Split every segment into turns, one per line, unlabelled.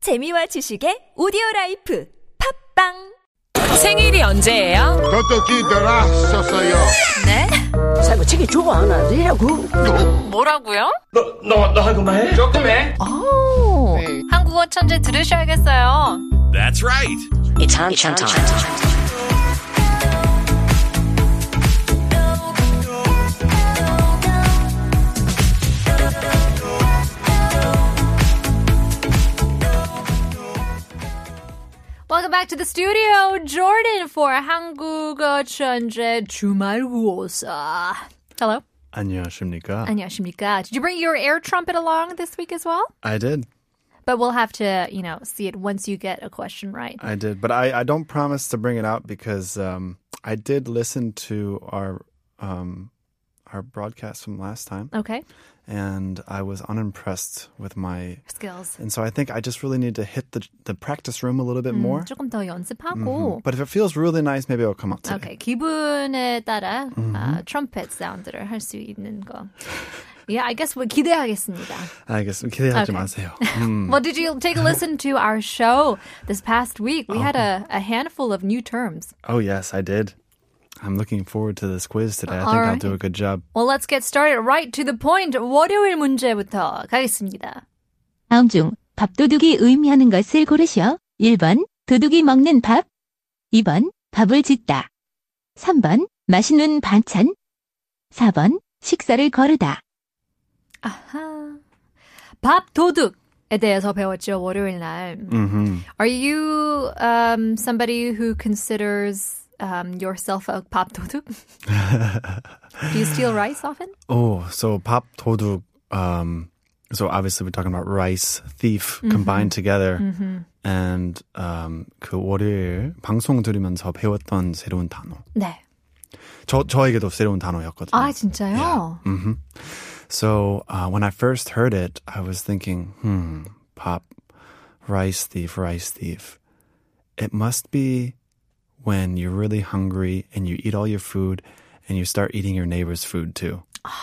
재미와 지식의 오디오 라이프 팝빵
생일이 언제예요?
어떻게 돌아섰어요?
네?
살고 책이 주고 하나 내라고
뭐라고요?
너너 너 한국말 해? 조금 해.
한국어 천재 들으셔야겠어요.
That's right.
이찬 이찬
Welcome back to the studio, Jordan for 한국어 천재 주말고사. Hello.
안녕하십니까?
안녕하십니까. Did you bring your air trumpet along this week as well?
I did.
But we'll have to, you know, see it once you get a question right.
I did. But I, I don't promise to bring it out because um, I did listen to our um, our broadcast from last time
Okay.
and I was unimpressed with my
Skills.
and so I think I just really need to hit the the practice room a little bit more.
조금 더 연습하고.
Mhm. But if it feels really nice, maybe it'll come out today.
Okay. 기분에 따라 아, trumpet 사운드를 할 수 있는 거. Yeah, I guess we 기대하겠습니다.
I guess Hmm.
Okay.
기대하지 마세요. 음.
Well, did you take a listen to our show this past week? We had a, a handful of new terms.
Oh yes, I did. I'm looking forward to this quiz today. I think I'll
Alright.
do a good job.
Well, let's get started right to the point. 월요일 문제부터 가겠습니다.
다음 중 밥도둑이 의미하는 것을 고르시오. 1번 도둑이 먹는 밥 2번 밥을 짓다 3번 맛있는 반찬 4번 식사를 거르다
아하. 밥 도둑에 대해서 배웠죠, 월요일 날.
Mhm.
Are you um, somebody who considers um, yourself a 밥 도둑? Do you steal rice often?
Oh, so pop toduk. Um, so obviously we're talking about rice thief
Mm-hmm.
combined together. And um, 그 월요일 방송 들으면서 배웠던 새로운 단어.
네.
저 저에게도 새로운 단어였거든요.
아, 진짜요?
hmm So uh, when I first heard it, I was thinking, hmm, pop, rice thief, rice thief. It must be when you're really hungry and you eat all your food and you start eating your neighbor's food too.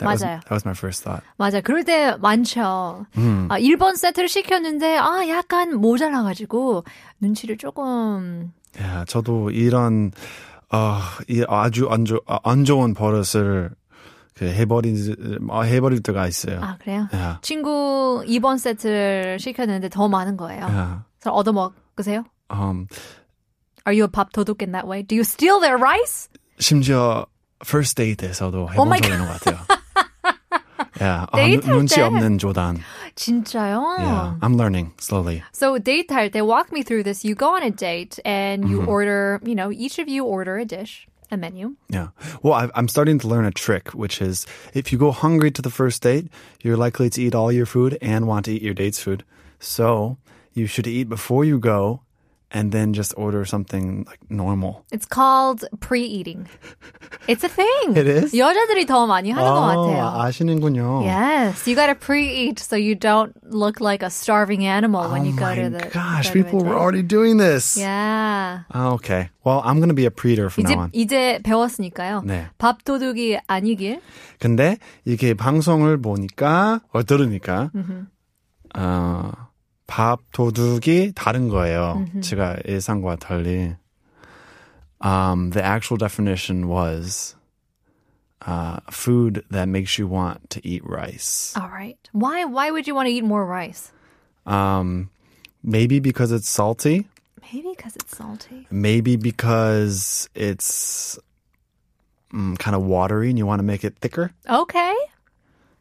That was,
맞아요.
that was my first thought.
맞아. 그럴 때 많죠. 아, 1번 세트를 시켰는데, 아, 약간 모자라가지고, 눈치를 조금,
야, 저도 이런 어, 이 아주 안, 조, 아, 안 좋은 버릇을 그 해버린 어, 해버릴 때가 있어요.
아, 그래요?
야,
친구 2번 세트를 시켰는데 더 많은 거예요.
야,
그래서 얻어먹으세요?
음,
Are you a 밥 도둑 in that way? Do you steal their rice?
심지어 first date에서도 해본
Oh my
적이 있는 것 같아요. 야, 아,
데이트할 어.
눈- 눈치
때?
없는 조단.
진짜요?
Yeah, I'm learning slowly.
So date 할 때, walk me through this. You go on a date and you
Mm-hmm.
order, you know, each of you order a dish, a menu.
Yeah. Well, I, I'm starting to learn a trick, which is if you go hungry to the first date, you're likely to eat all your food and want to eat your date's food. So you should eat before you go and then just order something like normal.
It's called pre-eating. It's a thing.
It is?
여자들이 더 많이 하는
Oh,
것 같아요.
아시는군요.
Yes, you gotta pre-eat so you don't look like a starving animal when
oh
you go
my
to the. go
gosh,
to a
people were
date.
already doing this.
Yeah.
Ah, Okay. Well, I'm going to be a preater from
이제
now on.
이제 배웠으니까요.
네.
밥도둑이 아니길.
근데 이게 방송을 보니까 어 들으니까 어, 밥 도둑이 다른 거예요. 제가 예상과 달리. Um, the actual definition was uh, food that makes you want to eat rice.
All right. Why why would you want to eat more rice?
Um, maybe because it's salty.
Maybe because it's salty.
Maybe because it's mm, kind of watery and you want to make it thicker.
Okay.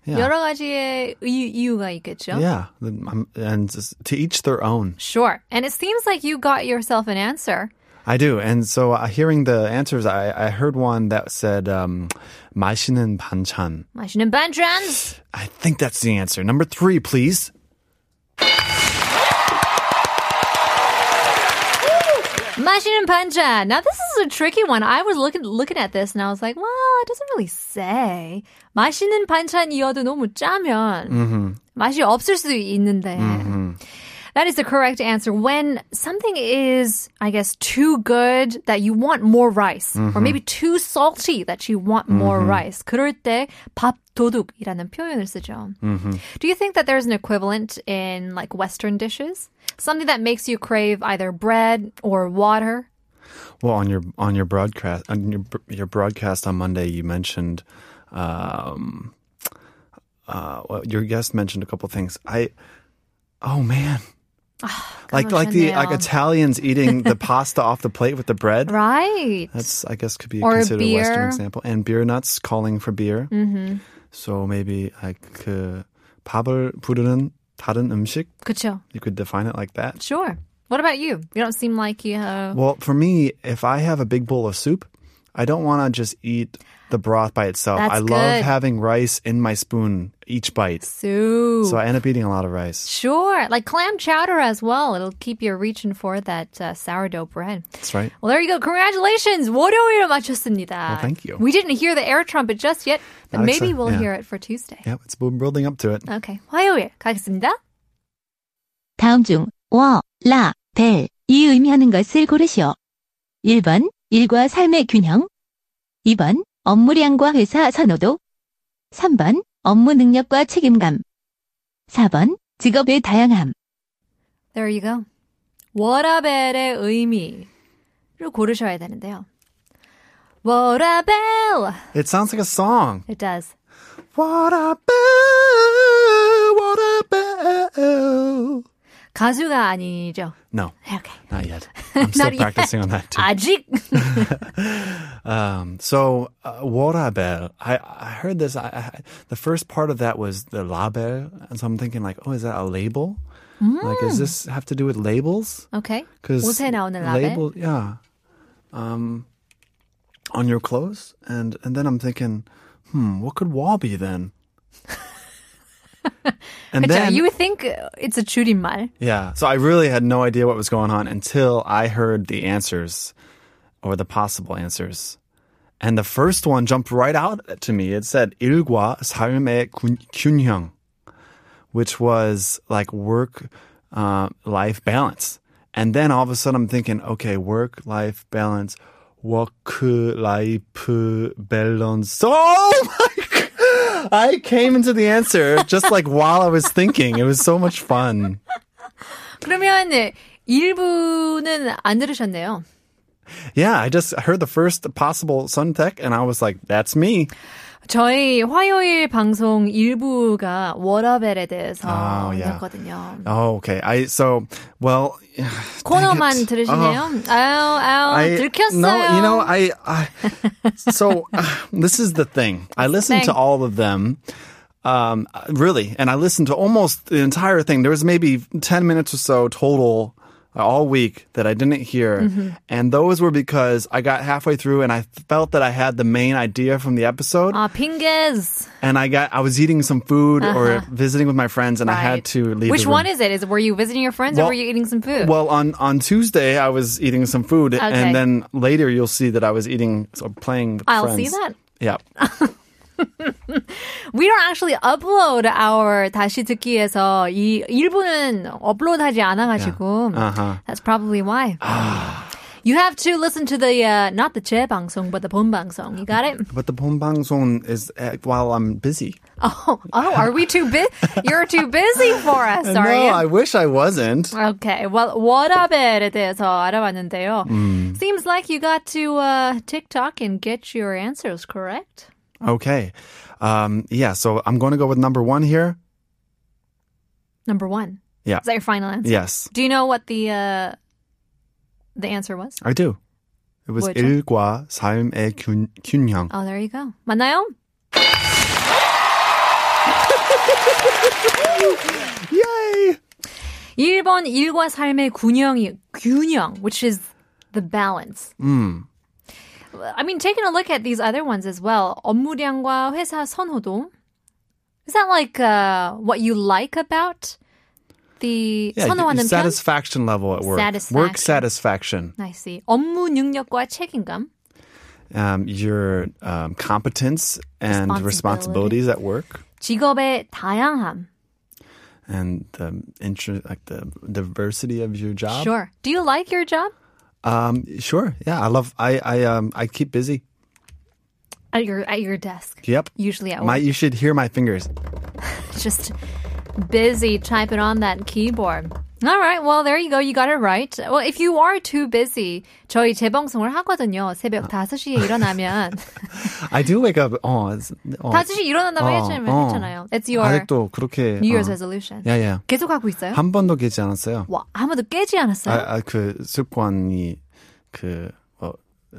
Yeah.
여러 가지의 이유, 이유가 있겠죠.
Yeah. Um, And just- to each their own.
Sure. And it seems like you got yourself an answer.
I do. And so uh, hearing the answers, I, I heard one that said um, 맛있는 반찬.
맛있는 반찬.
I think that's the answer. Number three, please.
맛있는 반찬. Now this is a tricky one. I was looking looking at this and I was like, well, it doesn't really say. 맛있는 반찬이어도 너무 짜면 맛이 없을 수도 있는데. That is the correct answer. When something is, I guess, too good that you want more rice, or maybe too salty that you want more rice. 그럴 때 밥도둑이라는 표현을 쓰죠. Do you think that there's an equivalent in like Western dishes? Something that makes you crave either bread or water?
Well, on your on your broadcast on your your broadcast on Monday, you mentioned, um, uh, well, your guest mentioned a couple things. I, oh man, like like the like
그러셨네요.
Italians eating the pasta off the plate with the bread.
Right.
That's I guess could be
Or
considered a Western
beer. Mm-hmm.
example. And beer nuts calling for beer. So maybe like 그 밥을 부르는 다른 음식.
그쵸.
You could define it like that.
Sure. What about you? You don't seem like you have.
Well, for me, if I have a big bowl of soup, I don't want to just eat the broth by itself.
That's
I love
good.
having rice in my spoon each bite.
Soup.
So I end up eating a lot of rice.
Sure, like clam chowder as well. It'll keep you reaching for that uh, sourdough bread.
That's right.
Well, there you go. Congratulations. 월요일에 맞췄습니다.
Well, thank you.
We didn't hear the air trumpet just yet, but
Not
maybe
except-
we'll
yeah.
hear it for Tuesday.
Yeah, it's been building up to it.
Okay. 화요일 가겠습니다.
다음 중 워, 라, 벨이 의미하는 것을 고르시오. 1번 일과 삶의 균형 2번 업무량과 회사 선호도 3번 업무 능력과 책임감 4번 직업의 다양함
There you go. 워라벨의 의미를 고르셔야 되는데요. 워라벨.
It sounds like a song.
It does.
What a bell, what a bell.
가수가 아니죠.
No,
Okay.
not yet. I'm still
Not yet.
practicing on that too.
아직
Um, so, uh, Warabel, I, I heard this. I, I, the first part of that was the label. And so I'm thinking, like, oh, is that a label? Like,
Mm.
does this have to do with labels?
okay.
Because
옷에 나오는 라벨.
label, yeah, um, on your clothes, and and then I'm thinking, hmm, what could wall be then?
그렇죠.
and then
You would think it's a 줄임말.
yeah, so I really had no idea what was going on until I heard the answers or the possible answers. And the first one jumped right out to me. It said 일과 삶의 균- 균형, which was like work uh, life balance. And then all of a sudden I'm thinking, okay, work life balance, work life balance. Oh my god! I came into the answer just like while I was thinking. It was so much fun.
그러면 일부는 안 들으셨네요.
Yeah, I just heard the first possible Suntech, and I was like, "That's me."
저희 화요일 방송 일부가 워라벨에 대해서
아, 예.
했거든요.
Oh, okay. I so well.
코너만 들으시네요. 아유, 아유,
Uh-huh. I
들켰어요.
no, you know, I, I so uh, this is the thing. I listened to
thing.
all of them. Um, really, and I listened to almost the entire thing. There was maybe ten minutes or so total uh, all week that I didn't hear, and those were because I got halfway through and I felt that I had the main idea from the episode.
아, 핑계즈.
and I got I was eating some food or visiting with my friends, and I had to
Uh-huh.
leave.
Which
the room.
one is it? Is were you visiting your friends or
Well-
were you eating some food?
Well, on on Tuesday I was eating some food,
Okay.
and then later you'll see that I was eating or playing with
I'll see
friends.
that.
Yeah,
We don't actually upload our 다시 듣기에서 이 일부는 업로드하지 않아가지고
Uh-huh.
that's probably why. You have to listen to the uh, not the 재방송 but the 본방송. You got it?
but the Pombang zone is uh, while I'm busy.
Oh, oh, are we too busy? You're too busy for us, are
no,
you?
I wish I wasn't.
Okay, well, 워라벨에 대해서 알아봤는데요. Seems like you got to uh, TikTok and get your answers correct.
Okay, um, yeah. So I'm going to go with number one here.
Number one.
Yeah.
Is that your final answer?
Yes,
Do you know what the uh, the answer was?
I do. It was
뭐죠?
일과 삶의 균, 균형.
Oh, there you go. 맞나요?
Yay!
1번 일과 삶의 균형이 균형, which is the balance. I mean, taking a look at these other ones as well. 업무량과 회사 선호도. Is that like uh, what you like about the
Yeah,
선호하는 편?
satisfaction level at work.
Satisfaction.
Work satisfaction.
I see. 업무 능력과 책임감.
um, your um, competence and
Responsibility.
responsibilities at work.
직업의 다양함.
and the interest, like the diversity of your job.
Sure. Do you like your job?
Um, sure. Yeah, I love. I I um I keep busy.
At your at your desk.
Yep.
Usually at
My
work.
you should hear my fingers.
Just busy typing on that keyboard. All right. Well, there you go. You got it right. Well, if you are too busy, 저희 재방송을 하거든요. 새벽 5시에 일어나면
I do wake up. Oh, it's, oh.
5시 에 일어난다고
어,
했잖아요.
어.
했잖아요. That's your
아직도 그렇게
New Year's
어.
resolution.
야, 야.
계속 하고 있어요?
한 번도 깨지 않았어요.
와, 아무도 깨지 않았어요.
아, 아, 그 습관이 그 어,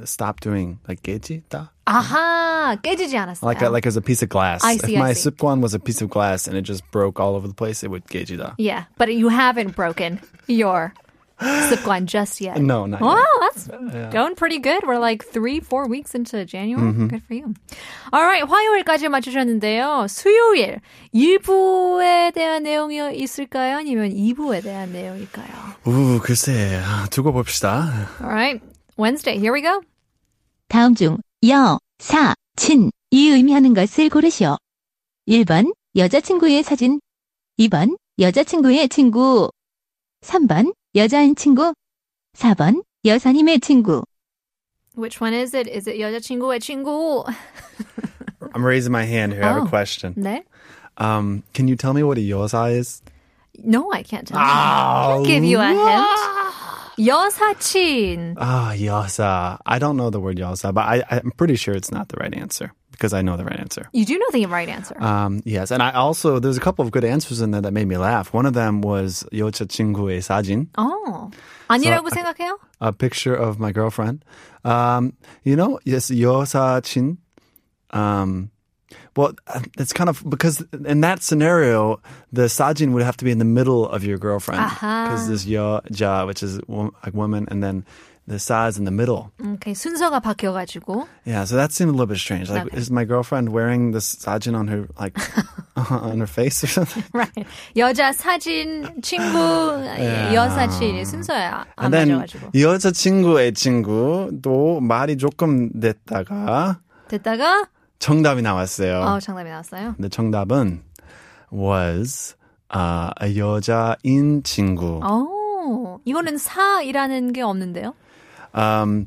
stop doing like 깨지다.
아하, 깨지지 않았어요.
Like a, like as a piece of glass.
I see,
if my
I see.
습관 was a piece of glass and it just broke all over the place, it would 깨지다.
Yeah, but you haven't broken your 습관 just yet.
No, not
Wow,
yet.
that's going pretty good. We're like three, four weeks into January. Good for you. All right, 화요일까지 맞추셨는데요. 수요일 1부에 대한 내용이 있을까요? 아니면 2부에 대한 내용일까요?
우 글쎄 아, 두고 봅시다.
All right, Wednesday. Here we go.
다음 중 여, 사, 친, 이 의미하는 것을 고르시오. 1번 여자친구의 사진 2번 여자친구의 친구 3번 여자인 친구 4번 여사님의 친구
Which one is it? Is it 여자친구의 친구?
I'm raising my hand here. I have
Oh.
a question.
네?
Um, can you tell me what a yosa is?
No, I can't tell. you.
Ah,
I'll give you a hint. 여사친.
Ah, yosa. I don't know the word yosa, but I, I'm pretty sure it's not the right answer because I know the right answer.
You do know the right answer.
Um, yes, and I also there's a couple of good answers in there that made me laugh. One of them was 여자친구의 사진,
어. 아니라고
So,
생각해요?
a picture of my girlfriend. Um, you know, yes, 여사친. Um, well, uh, it's kind of because in that scenario, the sajin would have to be in the middle of your girlfriend because there's 여자, which is wo- like woman, and then the sa is in the middle.
Okay, 순서가 바뀌어가지고.
Yeah, so that seemed a little bit strange. Like,
Okay.
is my girlfriend wearing this sajin on her like on her face or something?
Right. 여자 사진, 친구, 여사친이 순서야. 안
예. And then
맞아가지고.
여자친구의 친구도 말이 조금 됐다가
됐다가,
정답이 나왔어요.
어, 정답이 나왔어요.
근데 정답은 was 아, 여자인 친구.
어, 이거는 사이라는 게 없는데요?
음,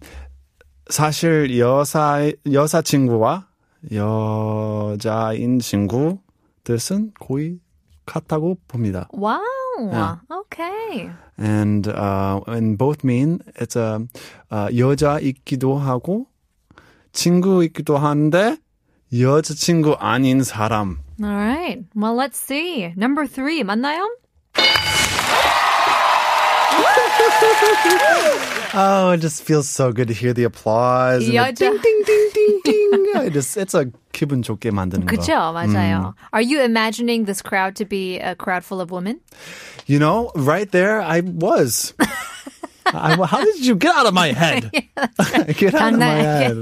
사실 여사 여사 친구와 여자인 친구 뜻은 거의 같다고 봅니다.
와우.
야.
Okay.
And uh, and both mean it's a uh, 여자 있기도 하고 친구 있기도 한데 여자 친구 아닌 사람.
All right. Well, let's see. Number three, 맞나요?
어. Oh, it just feels so good to hear the applause. and the
여자.
ding ding ding ding ding. Yeah, it just it's a 기분 좋게 만드는 거.
그쵸,
음.
맞아요. Are you imagining this crowd to be a crowd full of women?
You know, right there I was. I, how did you get out of my head? get out of my head.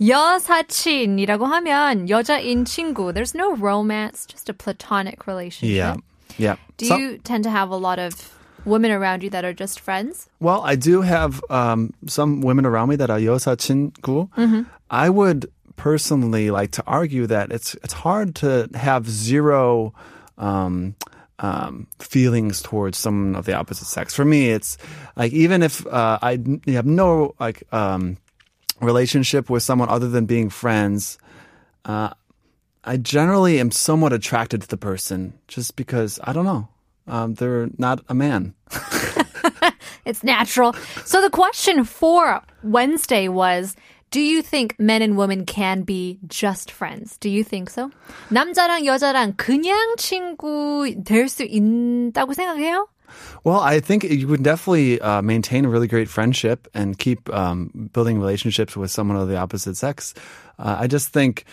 여사친이라고 하면 여자인 친구. There's no romance, just a platonic relationship.
Yeah. Yeah.
Do
So-
you tend to have a lot of women around you that are just friends?
Well, I do have um, some women around me that are yosa chinku. I would personally like to argue that it's it's hard to have zero um, um, feelings towards someone of the opposite sex. For me, it's like even if uh, I n- have no like um, relationship with someone other than being friends. Uh, I generally am somewhat attracted to the person just because I don't know. Um, they're not a man.
It's natural. So the question for Wednesday was Do you think men and women can be just friends? Do you think so? 남자랑 여자랑 그냥 친구 될 수 있다고 생각해요?
Well, I think you would definitely uh, maintain a really great friendship and keep um, building relationships with someone of the opposite sex. Uh, I just think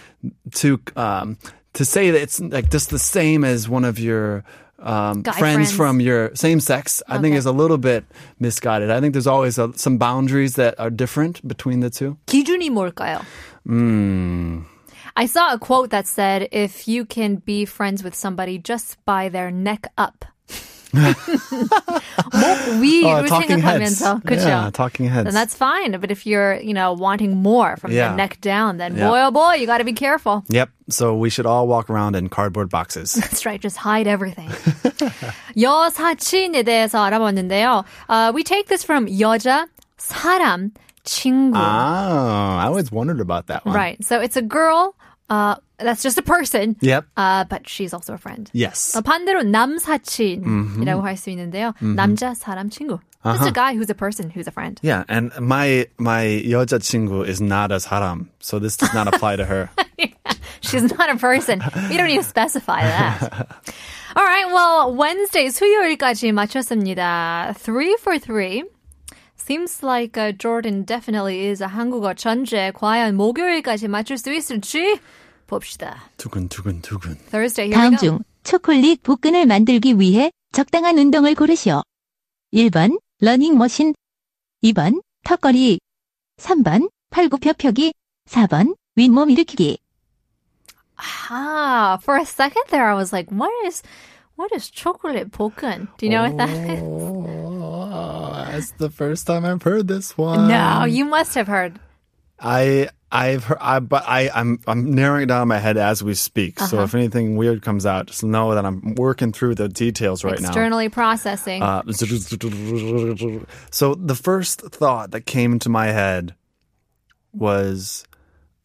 to um, to say that it's like just the same as one of your um,
Guy friends.
friends, from your same sex, I think
Okay.
is a little bit misguided. I think there's always a, some boundaries that are different between the two.
기준이 뭘까요?
Mm.
I saw a quote that said, if you can be friends with somebody just by their neck up. 목 위를
Oh, talking heads.
생각하면서 그렇죠.
Yeah, talking
Oh,
heads.
Then that's fine. But if you're, you know, wanting more from the
Yeah.
neck down, then
Yeah.
boy, oh boy, you got to be careful.
Yep. So we should all walk around in cardboard boxes.
That's right. Just hide everything. 여사친에 대해서 알아봤는데요. Uh, we take this from 여자, 사람, 친구.
Ah, I always wondered about that one.
Right. So it's a girl. Uh, that's just a person.
Yep.
Uh, but she's also a friend.
Yes.
어, 반대로 남사친이라고 할 수 있는데요. 남자 사람 친구. Just a guy who's a person who's a friend.
Yeah, and my my 여자친구 is not as haram, so this does not apply to her.
She's not a person. You don't need to specify that. All right. Well, Wednesday 수요일까지 맞췄습니다. Three for three. Seems like uh, Jordan definitely is a 한국어 천재. 과연 목요일까지 맞출 수 있을지 봅시다.
두근두근 두근.
Thursday. Here
다음
we go.
중 초콜릿 복근을 만들기 위해 적당한 운동을 고르시오. 1번 러닝머신 2번 턱걸이 3번 팔굽혀펴기 4번 윗몸 일으키기
Ah, for a second there, I was like, what is, what is chocolate 복근? Do you know what that is?
Oh, that's the first time I've heard this one.
No, you must have heard.
I I've heard, I, but I I'm I'm narrowing it down in my head as we speak.
Uh-huh.
So if anything weird comes out, just know that I'm working through the details right now.
Externally processing.
Uh, so the first thought that came to my head was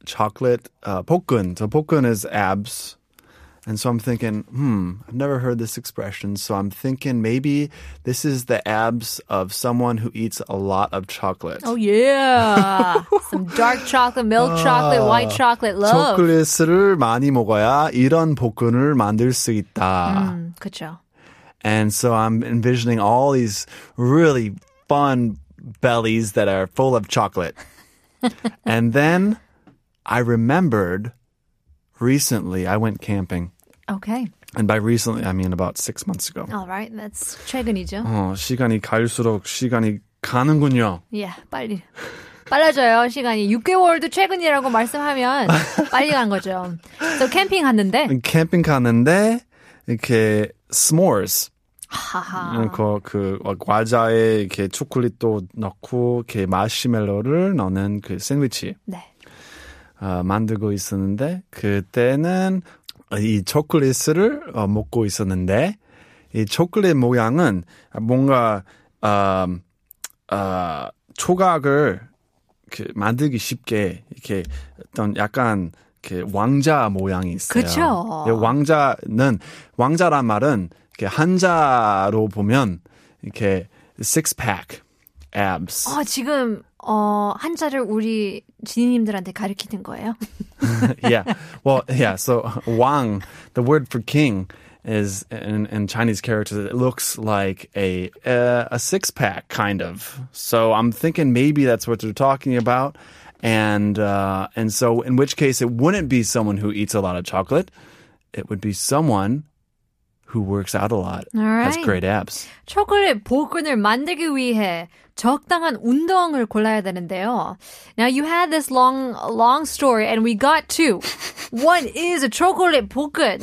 chocolate uh, 복근. So 복근 is abs. And so I'm thinking, hmm, I've never heard this expression. So I'm thinking maybe this is the abs of someone who eats a lot of chocolate.
oh yeah, some dark chocolate, milk chocolate, white chocolate. Love.
초콜릿을 많이 먹어야 이런 복근을 만들 수 있다.
Mm, good show.
And so I'm envisioning all these really fun bellies that are full of chocolate. and then I remembered recently I went camping.
Okay.
And by recently, I mean about six months ago.
All right. That's 최근이죠.
어, 시간이 갈수록 시간이 가는군요.
Yeah. 빨리. 빨라져요 시간이 6개월도 최근이라고 말씀하면 빨리 간 거죠. So 캠핑 갔는데
캠핑 가는데 이렇게 s'mores
하하
음, 그, 그 어, 과자에 이렇게 초콜릿도 넣고 이렇게 마시멜로를 넣는 그 샌드위치
네
어, 만들고 있었는데 그때는 이 초콜릿을 어, 먹고 있었는데 이 초콜릿 모양은 뭔가 어, 어, 조각을 이렇게 만들기 쉽게 이렇게 어떤 약간 이렇게 왕자 모양이 있어요.
그쵸.
예, 왕자는 왕자란 말은 이렇게 한자로 보면 이렇게 six pack abs.
어, 지금 어, 한자를 우리 지니님들한테 가르치는 거예요?
yeah. Well, yeah. So Wang, the word for king, is in, in Chinese characters. It looks like a uh, a six pack kind of. So I'm thinking maybe that's what they're talking about, and uh, and so in which case it wouldn't be someone who eats a lot of chocolate. It would be someone who works out a lot.
All
Has
right.
great abs.
초콜릿 복근을 만들기 위해 적당한 운동을 골라야 되는데요. Now you had this long long story and we got to what is a chocolate 복근?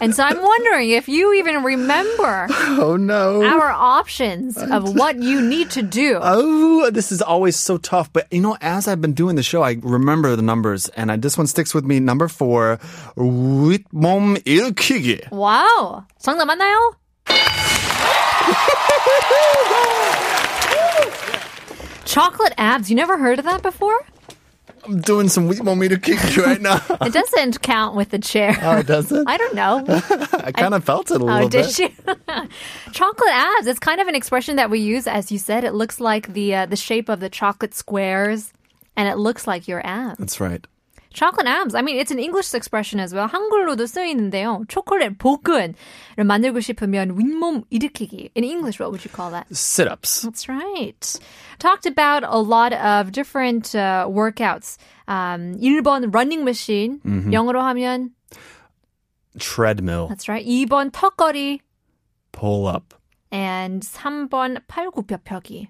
And so I'm wondering if you even remember
Oh no.
our options of what you need to do.
Oh, this is always so tough. But you know, as I've been doing the show, I remember the numbers, and I, this one sticks with me. Number four, 윗몸 일으키기.
와우. 정답 맞나요? Chocolate abs. You never heard of that before?
I'm doing some 윗몸 일으키기 right now.
It doesn't count with the chair.
oh, it doesn't.
I don't know.
I kind of felt it a
Oh,
little
did
bit.
you? chocolate abs. It's kind of an expression that we use, as you said. It looks like the uh, the shape of the chocolate squares, and it looks like your abs.
That's right.
Chocolate abs. I mean, it's an English expression as well. 한글로도 쓰이는데요. 초콜릿 복근을 만들고 싶으면 윗몸 일으키기. In English, what would you call that?
Sit-ups.
That's right. Talked about a lot of different uh, workouts. Um, 1번 running machine.
Mm-hmm.
영어로 하면
Treadmill.
that's right. 2번 턱걸이.
Pull up.
And 3번 팔굽혀펴기.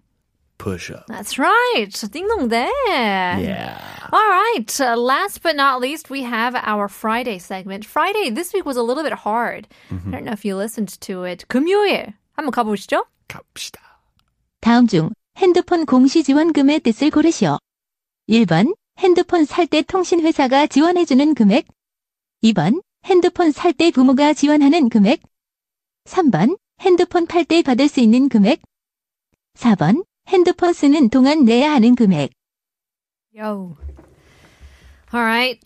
Push up.
That's right. 띵동대.
Yeah.
All right. Uh, last but not least, we have our Friday segment. Friday this week was a little bit hard. I don't know if you listened to it. 금요일 한번 가보시죠.
갑시다.
다음 중 핸드폰 공시 지원금의 뜻을 고르시오. 1번 핸드폰 살 때 통신회사가 지원해주는 금액 2번 핸드폰 살 때 부모가 지원하는 금액 3번 핸드폰 팔 때 받을 수 있는 금액 4번 핸드폰 쓰는 동안 내야 하는 금액
Yo. All right.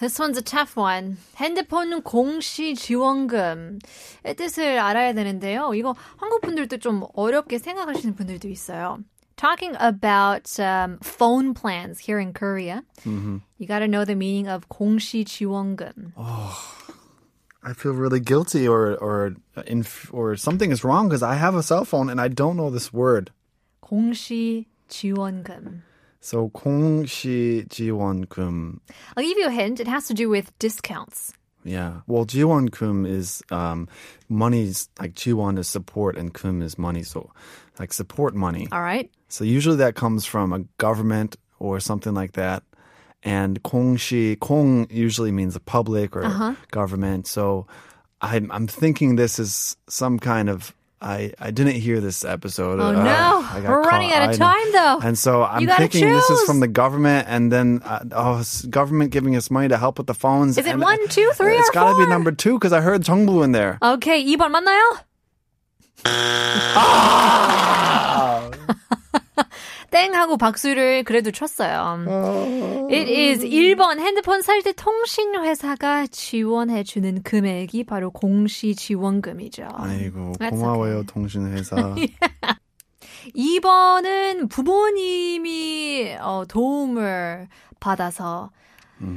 This one's a tough one. 핸드폰 공시 지원금. 의 뜻을 알아야 되는데요. 이거 한국 분들도 좀 어렵게 생각하시는 분들도 있어요. Talking about um, phone plans here in Korea,
Mm-hmm.
you gotta know the meaning of 공시 지원금.
I feel really guilty or or inf- or something is wrong because I have a cell phone and I don't know this word.
공시 지원금.
So 공시지원금.
I'll give you a hint. It has to do with discounts.
Yeah. Well, 지원금 is um money's like 지원 is support and 금 is money. So like support money.
All right.
So usually that comes from a government or something like that. And 공시, 공 usually means the public or
Uh-huh.
government. So I'm, I'm thinking this is some kind of. I, I didn't hear this episode.
Oh,
Uh,
no.
I got
We're running
caught.
out of
I know.
time, though.
And so I'm
gotta
thinking this is from
choose.
the government, and then uh, oh, it's government giving us money to help with the phones.
Is it
and-
one, two, three,
It's
or
gotta be
four? Oh.
number two because I heard 정부 in there.
Okay, 2번 맞나요? 땡 하고 박수를 그래도 쳤어요. It is 1번 핸드폰 살 때 통신회사가 지원해 주는 금액이 바로 공시 지원금이죠.
아이고
That's
고마워요 통신회사.
2번은 부모님이 어, 도움을 받아서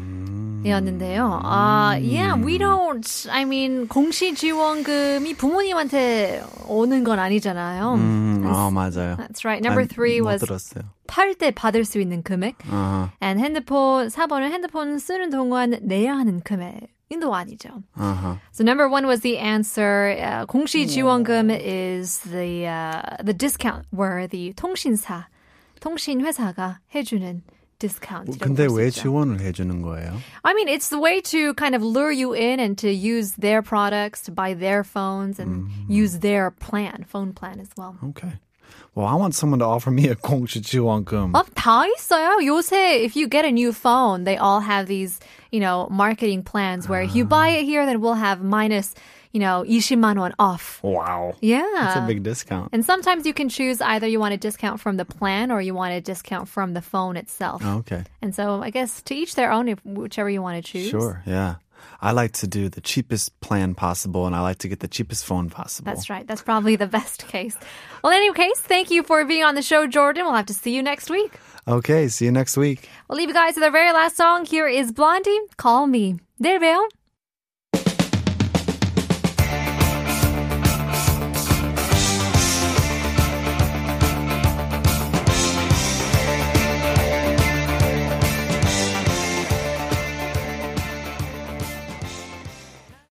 음.
이었는데요. 아, yeah, we don't. I mean, 공시 지원금이 부모님한테 오는 건 아니잖아요.
음, 아 맞아요.
That's right. Number
안-
three
못
was
들었어요. 어.
팔 때 받을 수 있는 금액.
아하,
And 핸드폰 4번은 핸드폰 쓰는 동안 내야 하는 금액인도 아니죠.
아하.
So number one was the answer. Uh, 공시 지원금 is the uh, the discount where the 통신사 통신회사가 해주는 discount.
근데 왜 지원을 해주는 거예요?
I mean, it's the way to kind of lure you in and to use their products, to buy their phones, and
Mm.
use their plan, phone plan as well.
Okay. Well, I want someone to offer me a 공시 지원금.
어, 다 있어요. 요새 if you get a new phone, they all have these, you know, marketing plans where if you buy it here, then we'll have minus, you know, 20만 won off.
Wow.
Yeah.
That's a big discount.
and sometimes you can choose either you want a discount from the plan or you want a discount from the phone itself.
Okay.
And so I guess to each their own, if, whichever you want to choose.
Sure. Yeah. I like to do the cheapest plan possible and I like to get the cheapest phone possible.
That's right. That's probably the best case. Well, in any case, thank you for being on the show, Jordan. We'll have to see you next week.
Okay. See you next week.
We'll leave you guys with our very last song. Here is Blondie, Call Me. 내일 봬요.